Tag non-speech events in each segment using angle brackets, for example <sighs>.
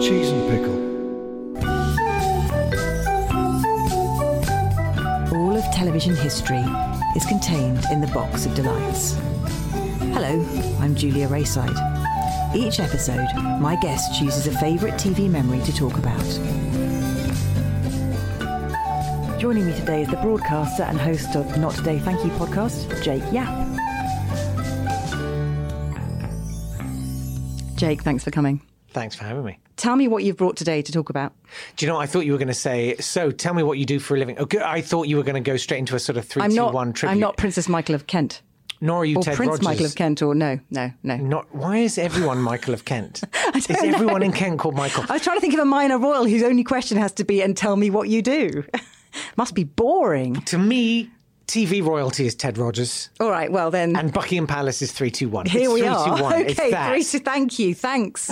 Cheese and pickle. All of television history is contained in the box of delights. Hello, I'm Julia Rayside. Each episode, my guest chooses a favourite TV memory to talk about. Joining me today is the broadcaster and host of Not Today Thank You podcast, Jake Yap. Jake, thanks for coming. Thanks for having me. Tell me what you've brought today to talk about. Do you know? I thought you were going to say. So, tell me what you do for a living. Okay, I thought you were going to go straight into a sort of three, I'm two, not. one tribute. I'm not Princess Michael of Kent Nor are you or Ted Prince Rogers. Michael of Kent or no, no, no. Not. Why is everyone Michael <laughs> of Kent? is don't know. everyone in Kent called Michael? I was trying to think of a minor royal whose only question has to be and tell me what you do. <laughs> Must be boring. to me, TV royalty is Ted Rogers, All right, well then. and Buckingham Palace is three, two, one. here it's we three, are. two, one. Okay, It's that. three to thank you. Thanks.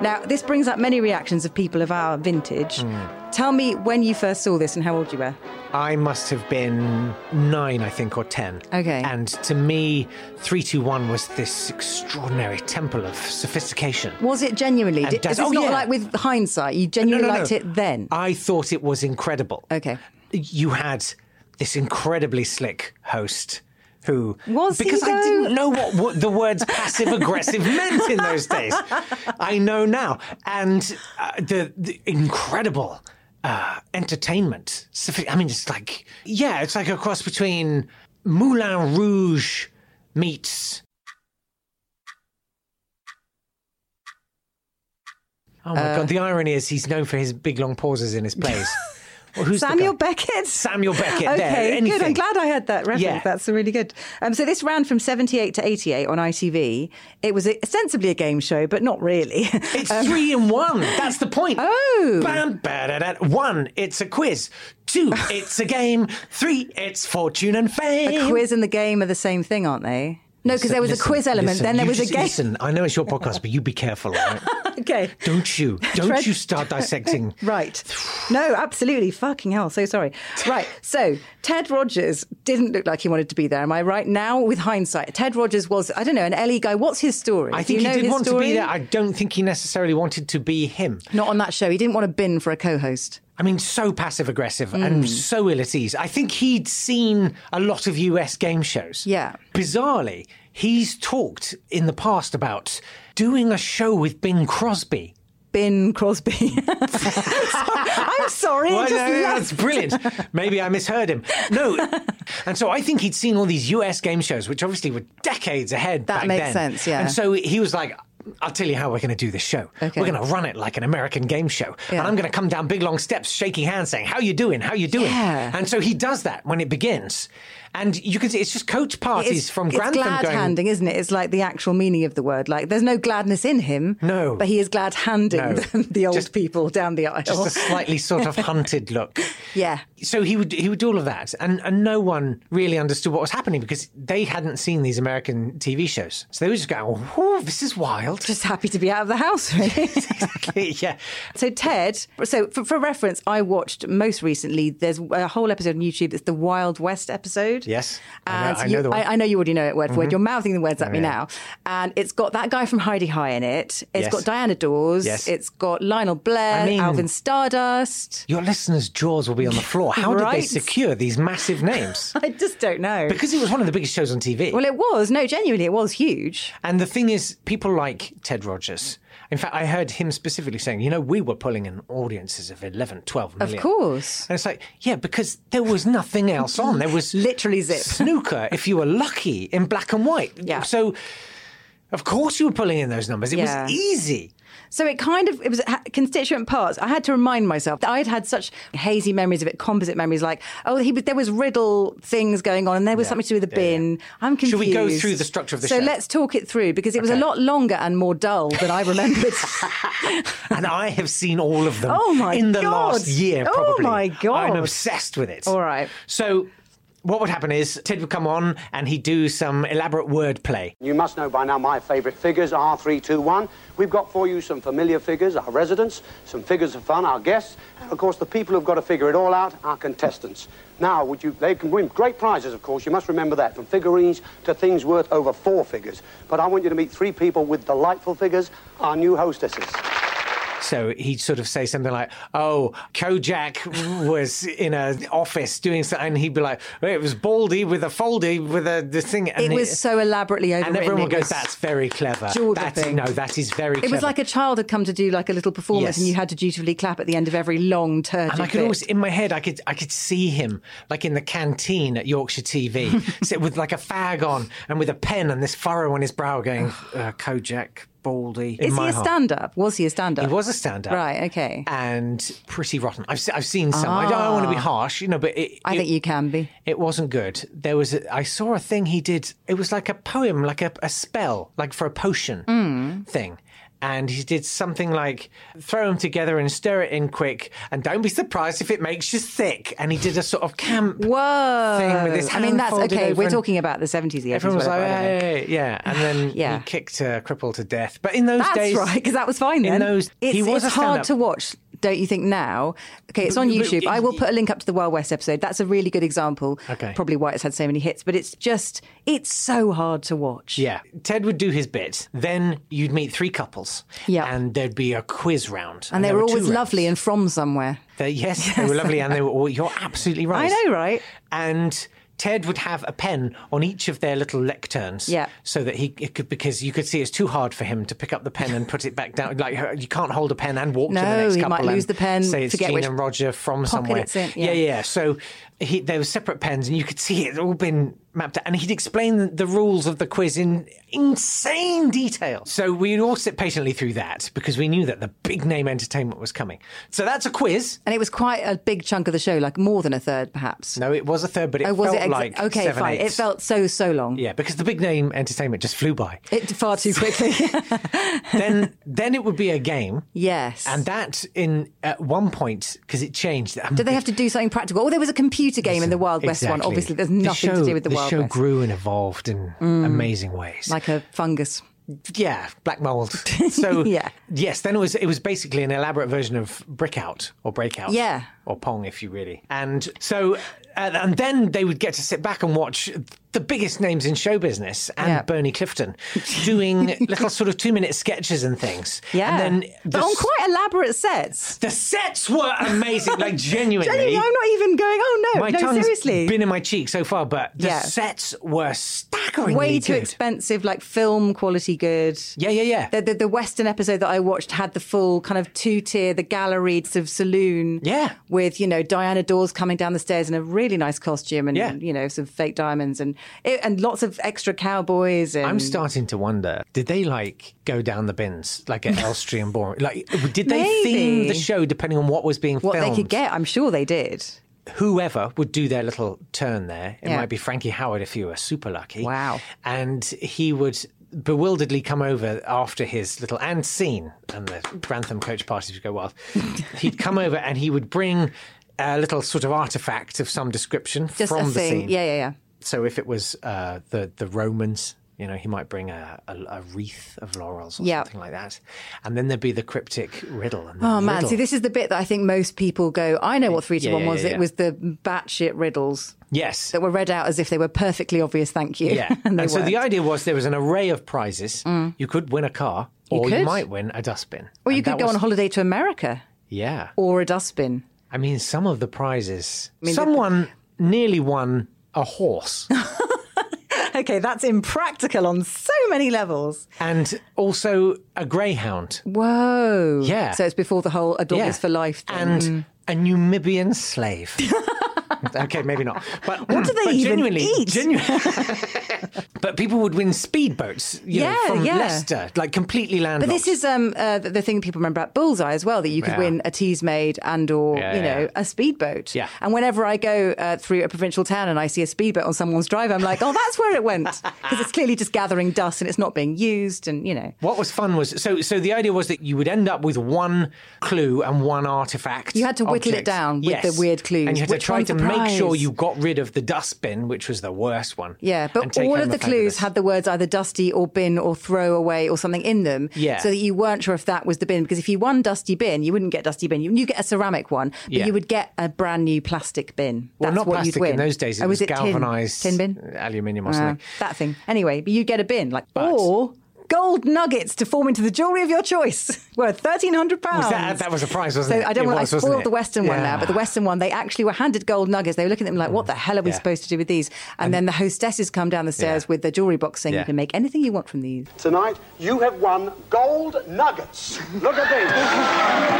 Now, this brings up many reactions of people of our vintage. Hmm. Tell me when you first saw this and how old you were. I must have been nine, I think, or ten. Okay. And to me, three, two, one was this extraordinary temple of sophistication. Was it genuinely? And Did, does- is this oh, not yeah. like with hindsight? You genuinely liked it then? I thought it was incredible. Okay. You had this incredibly slick host who Was he, because I though? didn't know what, what the words <laughs> passive aggressive meant in those days. I know now, and uh, the, the incredible. Uh, entertainment. Sophi- I mean, it's like, yeah, it's like a cross between Moulin Rouge meets. Oh Uh. my God, the irony is he's known for his big long pauses in <laughs> his plays. Well, who's the Samuel guy? Beckett. Samuel Beckett. Okay, there, good. I'm anything. glad I had that reference. Yeah. That's really good. Um, so this ran from 78 to 88 on ITV. It was ostensibly a game show, but not really. <laughs> Um, It's three in one. That's the point. Oh. Bam, ba-da-da. One, it's a quiz. Two, it's a game. Three, it's fortune and fame. the quiz and the game are the same thing, aren't they? No, because there was Listen, a quiz element. listen, then there you was a just game. Listen, I know it's your podcast, but you be careful. all right? <laughs> Okay. Don't you? Don't Tread- you start dissecting. <laughs> Right. No, absolutely. Fucking hell. So sorry. Right. So Ted Rogers didn't look like he wanted to be there. Am I right? Now, with hindsight, Ted Rogers was, I don't know, an LE guy. What's his story? Do I you think he know did his want to story? be there. I don't think he necessarily wanted to be him. Not on that show. He didn't want to bin for a co host. I mean, so passive aggressive and so ill at ease. I think he'd seen a lot of US game shows. Yeah. Bizarrely, he's talked in the past about doing a show with Bing Crosby. Bin Crosby. <laughs> Sorry, I'm sorry. I Well, just no, no, laughed. that's brilliant. Maybe I misheard him. <laughs> No. and so I think he'd seen all these US game shows, which obviously were decades ahead That back makes then. sense, yeah. And so he was like, I'll tell you how we're going to do this show. Okay. We're going to run it like an American game show, Yeah. and I'm going to come down big long steps, shaking hands, saying, "How you doing? How you doing?" Yeah. And so he does that when it begins, and you can see it's just coach parties It's, from it's Grantham glad going. handing, isn't it? It's like the actual meaning of the word. Like, there's no gladness in him. No. But he is glad handing No. them, <laughs> the old Just- people down the aisle. Just a slightly sort of hunted look. Oh. yeah. so he would he would do all of that, and and no one really understood what was happening because they hadn't seen these American TV shows, so they were just going, "Oh, this is <laughs> wild." <laughs> Just happy to be out of the house, <laughs> really. exactly, yeah. So Ted, so for, for reference, I watched most recently. There's a whole episode on YouTube. that's the Wild West episode. Yes. I and know- I you- know the one. Mm-hmm. I, know you already know it word for word. You're mouthing the words at me yeah. now, and it's got that guy from Heidi High in it. It's Yes. got Diana Dawes. Yes. It's got Lionel Blair, I mean- Alvin Stardust. <laughs> Your listeners' jaws will be on the floor. How did they Right. secure these <laughs> massive names? I just don't know. Because it was one of the biggest shows on TV. well, it was no, genuinely, it was huge. And the thing is, people like Ted Rogers. In fact, I heard him specifically saying, you know, we were pulling in audiences of 11, 12 Of million. course, And it's like, yeah, because there was nothing else on. There was Literally zip. snooker if you were lucky in black and white. Yeah. So Of course, you were pulling in those numbers. It Yeah. was easy. So it kind of it was ha- constituent parts. I had to remind myself that I had had such hazy memories of it, composite memories like oh he was, there was riddle things going on and there was something to do with the Yeah, yeah. bin. I'm confused. Should we go through the structure of the so show? let's talk it through because it was Okay. a lot longer and more dull than I remembered. and I have seen all of them <laughs> Oh my in the God. last year, Oh probably. my God. I'm obsessed with it. All right. So, what would happen is Ted would come on and he'd do some elaborate wordplay. You must know by now my favourite figures are 3, 2, 1. We've got for you some familiar figures, our residents, some figures of fun, our guests, and of course the people who've got to figure it all out, our contestants. Now, would you, they can win great prizes, of course. You must remember that, from figurines to things worth over four figures. But I want you to meet three people with delightful figures, our new hostesses. So he'd sort of say something like, "Oh, Kojak was in an office doing something," and he'd be like, "Well, "It was Baldy with a foldy with a the thing." <laughs> And it was so elaborately overwritten. and everyone it would go, was- "That's very clever." Jordan That's, thing. no, that is very. It clever. was like a child had come to do like a little performance, Yes. and you had to dutifully clap at the end of every long turd. And I could always, in my head, I could, I could see him like in the canteen at <laughs> Yorkshire TV, sit with like a fag on and with a pen and this furrow on his brow, going, uh, "Kojak, Baldy." in Is he my a heart. stand-up? Was he a stand-up? He was a stand-up, Right, okay. Ah. and pretty rotten. I've se- I've seen some. I don't, I don't want to be harsh, you know, but it, I it- think you can be. It wasn't good. There was a, I saw a thing he did. It was like a poem, like a, a spell, like for a potion Hmm. thing. And he did something like throw them together and stir it in quick, and don't be surprised if it makes you sick. And he did a sort of camp Whoa! thing with his hand I mean, that's folded okay. over We're and- talking about the seventies, the eighties. Everyone was like, whatever, I don't know. "Hey," yeah, and then <sighs> Yeah. he kicked a cripple to death. But in those That's days, right, because that was fine then. In those, it's he was it's a hard stand-up. to watch, don't you think? Now, okay, it's on But- but YouTube. it- I will put a link up to the Wild West episode. That's a really good example. Okay. probably why it's had so many hits. But it's just, it's so hard to watch. Yeah. Ted would do his bit. Then you'd meet three couples. Yeah. And there'd be a quiz round. and they there were two always rounds. lovely and from somewhere. They- yes, <laughs> they were lovely. And they were all, you're absolutely right. I know, right? And Ted would have a pen on each of their little lecterns. Yeah. So that he it could, because you could see it's too hard for him to pick up the pen and put it back down. Like, you can't hold a pen and walk to the No, next he couple. might lose and the pen, Say it's forget Gene which and Roger from pocket somewhere. it's in, yeah. yeah, yeah. So he, there were separate pens, and you could see it had all been mapped out. And he'd explain the rules of the quiz in insane detail. So we'd all sit patiently through that because we knew that the big name entertainment was coming. So that's a quiz. And it was quite a big chunk of the show, like more than a third, perhaps. No, it was a third, but it Oh, was felt it exa- like okay? seven, fine. It eighths. felt so so long. yeah because the big name entertainment just flew by. It far too <laughs> quickly. then <laughs> then it would be a game. yes. And that in at one point because it changed. um, Did they have to do something practical? Oh, there was a computer game in the Wild West one. Exactly. Obviously, there's nothing to show- do with the, Wild show West. Mm. grew and evolved in amazing ways. like a fungus. yeah, black <laughs> mold. So Yeah. yes, then it was it was basically an elaborate version of Brickout or Breakout. Yeah. or Pong if you really. And so and, and then they would get to sit back and watch the biggest names in show business and Yeah. Bernie Clifton <laughs> doing little sort of two minute sketches and things. Yeah. and then the but on s- quite elaborate sets. the sets were <laughs> amazing, like genuinely. Genuinely, I'm not even going, oh no, my no, tongue's seriously. been in my cheek so far, but the Yeah. sets were staggeringly Way good. too expensive, like film quality good. Yeah, yeah, yeah. The, the, the Western episode that I watched had the full kind of two tier, the gallery sort of saloon. Yeah. With, you know, Diana Dawes coming down the stairs in a really nice costume and, Yeah. you know, some fake diamonds and it, and lots of extra cowboys. And I'm starting to wonder: Did they like go down the bins <laughs> like at Elstree and Boring? Like, did they theme Maybe. the show depending on what was being What filmed? they could get, I'm sure they did. Whoever would do their little turn there. It Yeah. might be Frankie Howard if you were super lucky. Wow. And he would bewilderedly come over after his little and scene and the Grantham coach parties would <laughs> go wild. He'd come over and he would bring. A little sort of artifact of some description Just from a the thing. scene. Yeah, yeah, yeah. So if it was uh, the the Romans, you know, he might bring a, a, a wreath of laurels or Yeah. something like that, and then there'd be the cryptic riddle. And the Oh man, riddle. see, this is the bit that I think most people go, I know what 3 to Yeah, 1 yeah, was. yeah, It yeah. was the batshit riddles <laughs> yes. that were read out as if they were perfectly obvious, thank you. <laughs> Yeah, and and, they so the weren't. idea was there was an array of prizes. You could win a car, You or you could. might win a dustbin, Or you And could that go was- on holiday to America Yeah, or a <laughs> dustbin. I mean, some of the prizes. mean, the- someone nearly won a horse, <laughs> Okay, that's impractical on so many levels. and also a greyhound. Whoa. Yeah. So it's before the whole a dog Yeah. is for life thing. Mm. and a <laughs> Numidian slave. okay, maybe not. But What do they but even <laughs> genuinely, eat? genu- but people would win speedboats, you know, Yeah, from yeah. Leicester, like completely landlocked. But this is um, uh, the the thing people remember about Bullseye as well, that you could Yeah. win a teas made and or, Yeah, you yeah, know, yeah. a speedboat. Yeah. And whenever I go uh, through a provincial town and I see a speedboat on someone's drive, I'm like, oh, that's where it went. <laughs> Because it's clearly just gathering dust and it's not being used and, you know. What was fun was so so the idea was that you would end up with one clue and one artifact. You had to whittle it object. down with the weird clues. and you had Which to try one's to the make sure prize? you got rid of the dustbin, which was the worst one. Yeah, and but take all home of a the clues fabulous- had the words either dusty or bin or throw away or something in them. Yeah. So that you weren't sure if that was the bin. Because if you won dusty bin, you wouldn't get dusty bin. You, you get a ceramic one, but Yeah. you would get a brand new plastic bin. well, That's not what plastic you'd win. in those days. It Oh, was, tin? galvanized Tin, bin? aluminium or Uh, something. that thing. Anyway, but you get a bin. like But- Or gold nuggets to form into the jewellery of your choice <laughs> worth £1,300. Was that, that was a prize, So wasn't it? I don't It want. was, I wasn't spoiled it? the Western one Yeah. now, but the Western one they actually were handed gold nuggets. They were looking at them like, "What the hell are we Yeah. supposed to do with these?" And, then the hostesses come down the stairs Yeah. with their jewelry box saying, Yeah. "You can make anything you want from these." Tonight, you have won gold nuggets. Look at <laughs> these.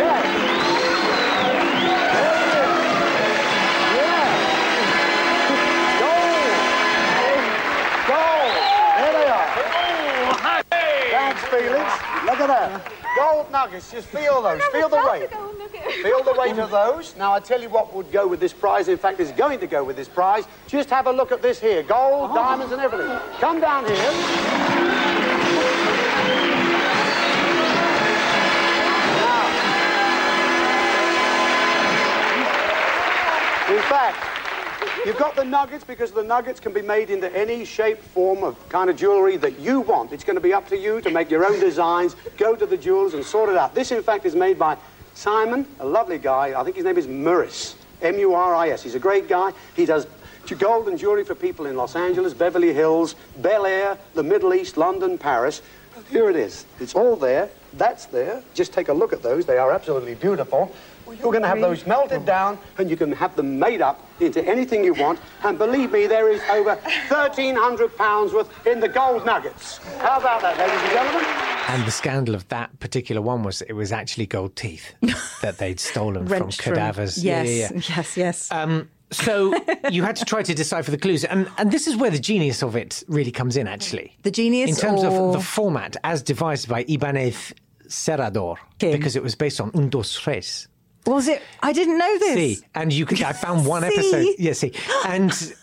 yeah. Thanks, Felix. Look at that. Gold nuggets. Just feel those. Feel the weight. Feel the weight of those. Now, I tell you what would go with this prize. In fact, is going to go with this prize. Just have a look at this here gold, diamonds, and everything. Come down here. In fact, you've got the nuggets because the nuggets can be made into any shape, form of kind of jewelry that you want. It's going to be up to you to make your own designs, go to the jewels and sort it out. This, in fact, is made by Simon, a lovely guy. I think his name is Murris, M-U-R-I-S. He's a great guy. He does ju- gold and jewelry for people in Los Angeles, Beverly Hills, Bel Air, the Middle East, London, Paris. Here it is. It's all there. That's there. Just take a look at those. They are absolutely beautiful. Well, You're going to have those melted down, and you can have them made up into anything you want. And believe me, there is over £1,300 worth in the gold nuggets. How about that, ladies and gentlemen? And the scandal of that particular one was it was actually <laughs> gold teeth that they'd stolen from Wrenched cadavers. Yeah, Yes, yeah, Um, yeah. yes, yes. So you had to try to decipher the clues, and and this is where the genius of it really comes in, actually. The genius in terms or- of the format as devised by Ibanez Serrador, Okay. because it was based on un dos tres. was it? I didn't know this. See, and you could I found one <laughs> See? episode. Yeah, see, <gasps> and <laughs>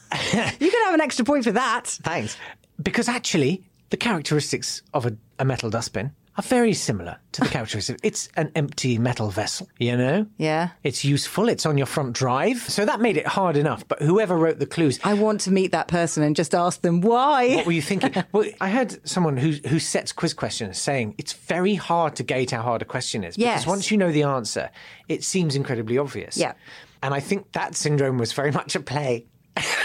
You can have an extra point for that. thanks, because actually the characteristics of a, a metal dustbin. Are very similar <laughs> to the characteristics. It's an empty metal vessel, you know? Yeah. It's useful. It's on your front drive. So that made it hard enough. But whoever wrote <laughs> the clues, I want to meet that person and just ask them why. what were you thinking? well, I heard someone who who sets quiz questions saying it's very hard to gauge how hard a question is Yes. because once you know the answer, it seems incredibly obvious. Yeah. and I think that syndrome was very <laughs> much at play.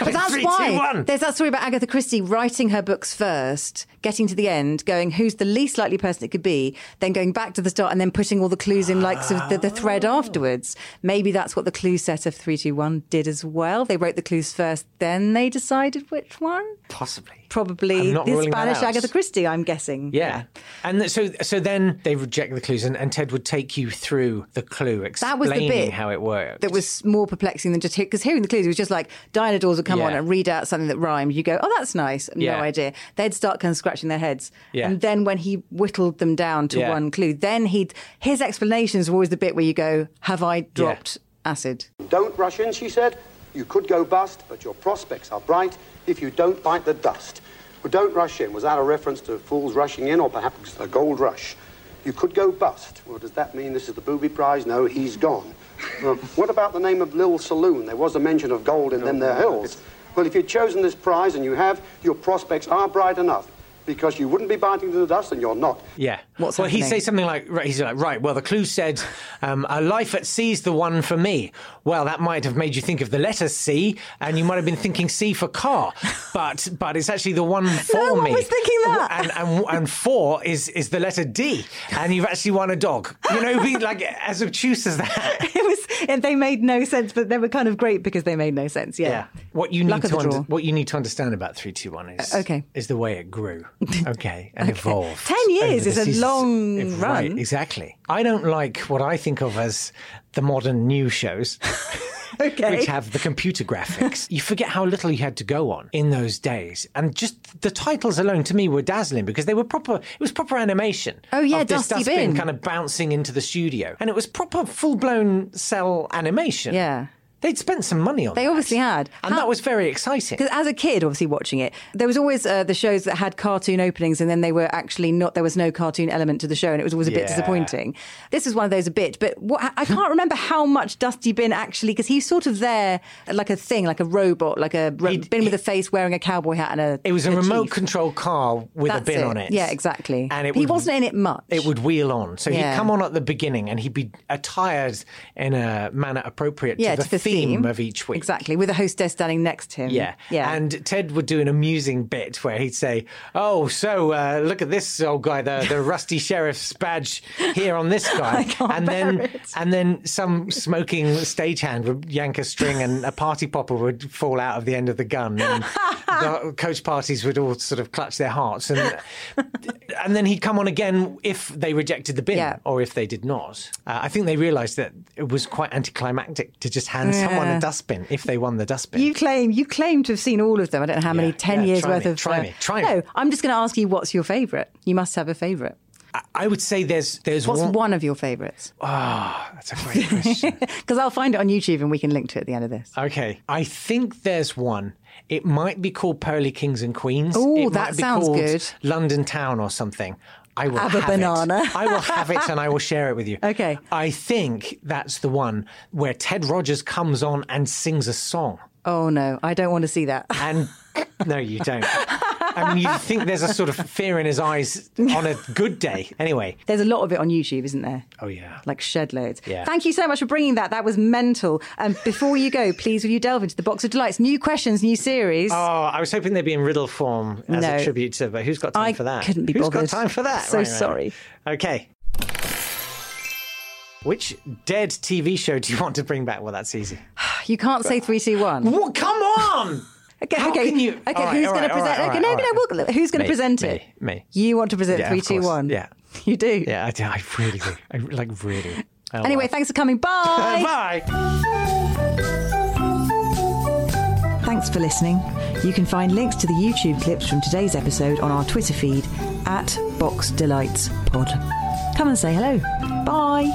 But <laughs> that's why there's that story about Agatha Christie writing her books first, getting to the end, going who's the least likely person it could be, then going back to the start and then putting all the clues in like sort of the, the thread Ah. afterwards. Maybe that's what the clue set of three two one did as well. They wrote the clues first, then they decided which one. possibly. Probably I'm not the ruling that Spanish out. Agatha Christie, I'm guessing. Yeah, and th- so so then they reject the clues, and, and Ted would take you through the clue, That explaining was the bit how it worked. That was more perplexing than just here because hearing the clues it was just like dinosaurs would come on Yeah. and read out something that rhymed. You go, oh, that's nice. No Yeah. idea. They'd start kind of scratching their heads. Yeah. And then when he whittled them down to Yeah. one clue, then he his explanations were always the bit where you go, have I dropped acid? <laughs> Don't rush in, she said. You could go bust, but your prospects are bright if you don't bite the dust. Well, don't rush in. Was that a reference to fools rushing in, or perhaps a gold rush? You could go bust. Well, does that mean this is the booby prize? No, he's gone. Well, what about the name of Lil Saloon? There was a mention of gold in them there hills. Well, if you'd chosen this prize, and you have, your prospects are bright enough, because you wouldn't be biting to the dust, and you're not. Yeah. What's well, he happening? says something like, right- he's like, right, well, the clue said, um, a life at sea's the one for me. Well, that might have made you think of the letter C, and you might have been thinking C for car, but but it's actually the one for one me. was thinking that. And, and, and four is, is the letter D, and you've actually won a dog. You know, be like as obtuse as that. It was, and they made no sense, but they were kind of great because they made no sense. Yeah. What you need Luck of to the under- draw. what you need to understand about three two one is Uh, okay. is the way <laughs> it grew. Okay. And evolved. 10 over years the is a seasons. long If- run. Right, exactly. I don't like what I think of as the modern new shows. <laughs> <laughs> Okay. which have the <laughs> computer graphics. you forget how little you had to go on in those days, and just the titles alone to me were dazzling because they were proper. It was proper animation. Oh, yeah, of this Dusty dustbin Bin. kind of bouncing into the studio, and it was proper full blown cell animation. Yeah. They'd spent some money on. They that. obviously had. and How- that was very exciting. Because as a kid, obviously watching it, there was always uh, the shows that had cartoon openings, and then they were actually not. There was no cartoon element to the show, and it was always a bit Yeah. disappointing. This is one of those a bit, but what, I can't remember how much Dusty Bin actually because he's sort of there like a thing, like a robot, like a ro- He'd- bin with he- a face, wearing a cowboy hat and a. It was a, remote chief. control car with That's a bin on it. Yeah, exactly. And it he would- wasn't in it much. It would wheel on. So Yeah. he'd come on at the beginning and he'd be attired in a manner appropriate yeah, to the, to the theme, of each week. Exactly, with a hostess standing next to him. Yeah. yeah. And Ted would do an amusing bit where he'd say, Oh, so uh, look at this old guy, the, <laughs> the rusty sheriff's badge here on this guy. can't and bear then it. and then some smoking stagehand would yank a string and a party popper would fall out of the end of the gun. <laughs> And the coach parties would all sort of clutch their hearts. And and then he'd come on again if they rejected the bin Yeah. or if they did not. Uh, I think they realised that it was quite anticlimactic to just hand someone a dustbin if they won the dustbin. You claim you claim to have seen all of them. I don't know how many Yeah, ten yeah, years try worth me, of. uh, try me, try me. No, I'm just going to ask you what's your favourite. You must have a favourite. I- I would say there's there's What's one. one of your <laughs> favourites? Ah, that's a <laughs> great question. Because I'll find it on YouTube and we can link to it at the end of this. okay, I think there's one. It might be called Pearly Kings and Queens. Ooh, it that might be sounds called good. London Town or something. I will Have a it. banana. I will have it and I will share it with you. <laughs> Okay. I think that's the one where Ted Rogers comes on and sings a song. Oh no, I don't want to see that. And <laughs> no, you don't. I mean, you think there's a sort of fear in his eyes on a good day. Anyway. <laughs> There's a lot of it on YouTube, isn't there? Oh, yeah. Like shed loads. Yeah. Thank you so much for bringing that. That was mental. And before you go, please will you delve into the box of delights? New questions, new series. Oh, I was hoping they'd be in riddle form as No. a tribute to, but who's got time I for that? couldn't be Who's bothered. got time for that? So sorry. Okay. Which dead TV show do you want to bring back? Well, that's easy. you can't say three, two, one. Well, <laughs> come on! Okay, How okay. can you- Okay, All right, who's all going right, to all right, present? all okay, right, no, all no, no. right. We'll, who's going Me, to present me, it? me. You want to present Yeah, of three, two, course. one. Yeah. You do. Yeah, I do. I really do. I like <laughs> really. Oh, Anyway, well. thanks for coming. Bye. Bye. Thanks for listening. You can find links to the YouTube clips from today's episode on our Twitter feed at Box Delights Pod. Come and say hello. Bye.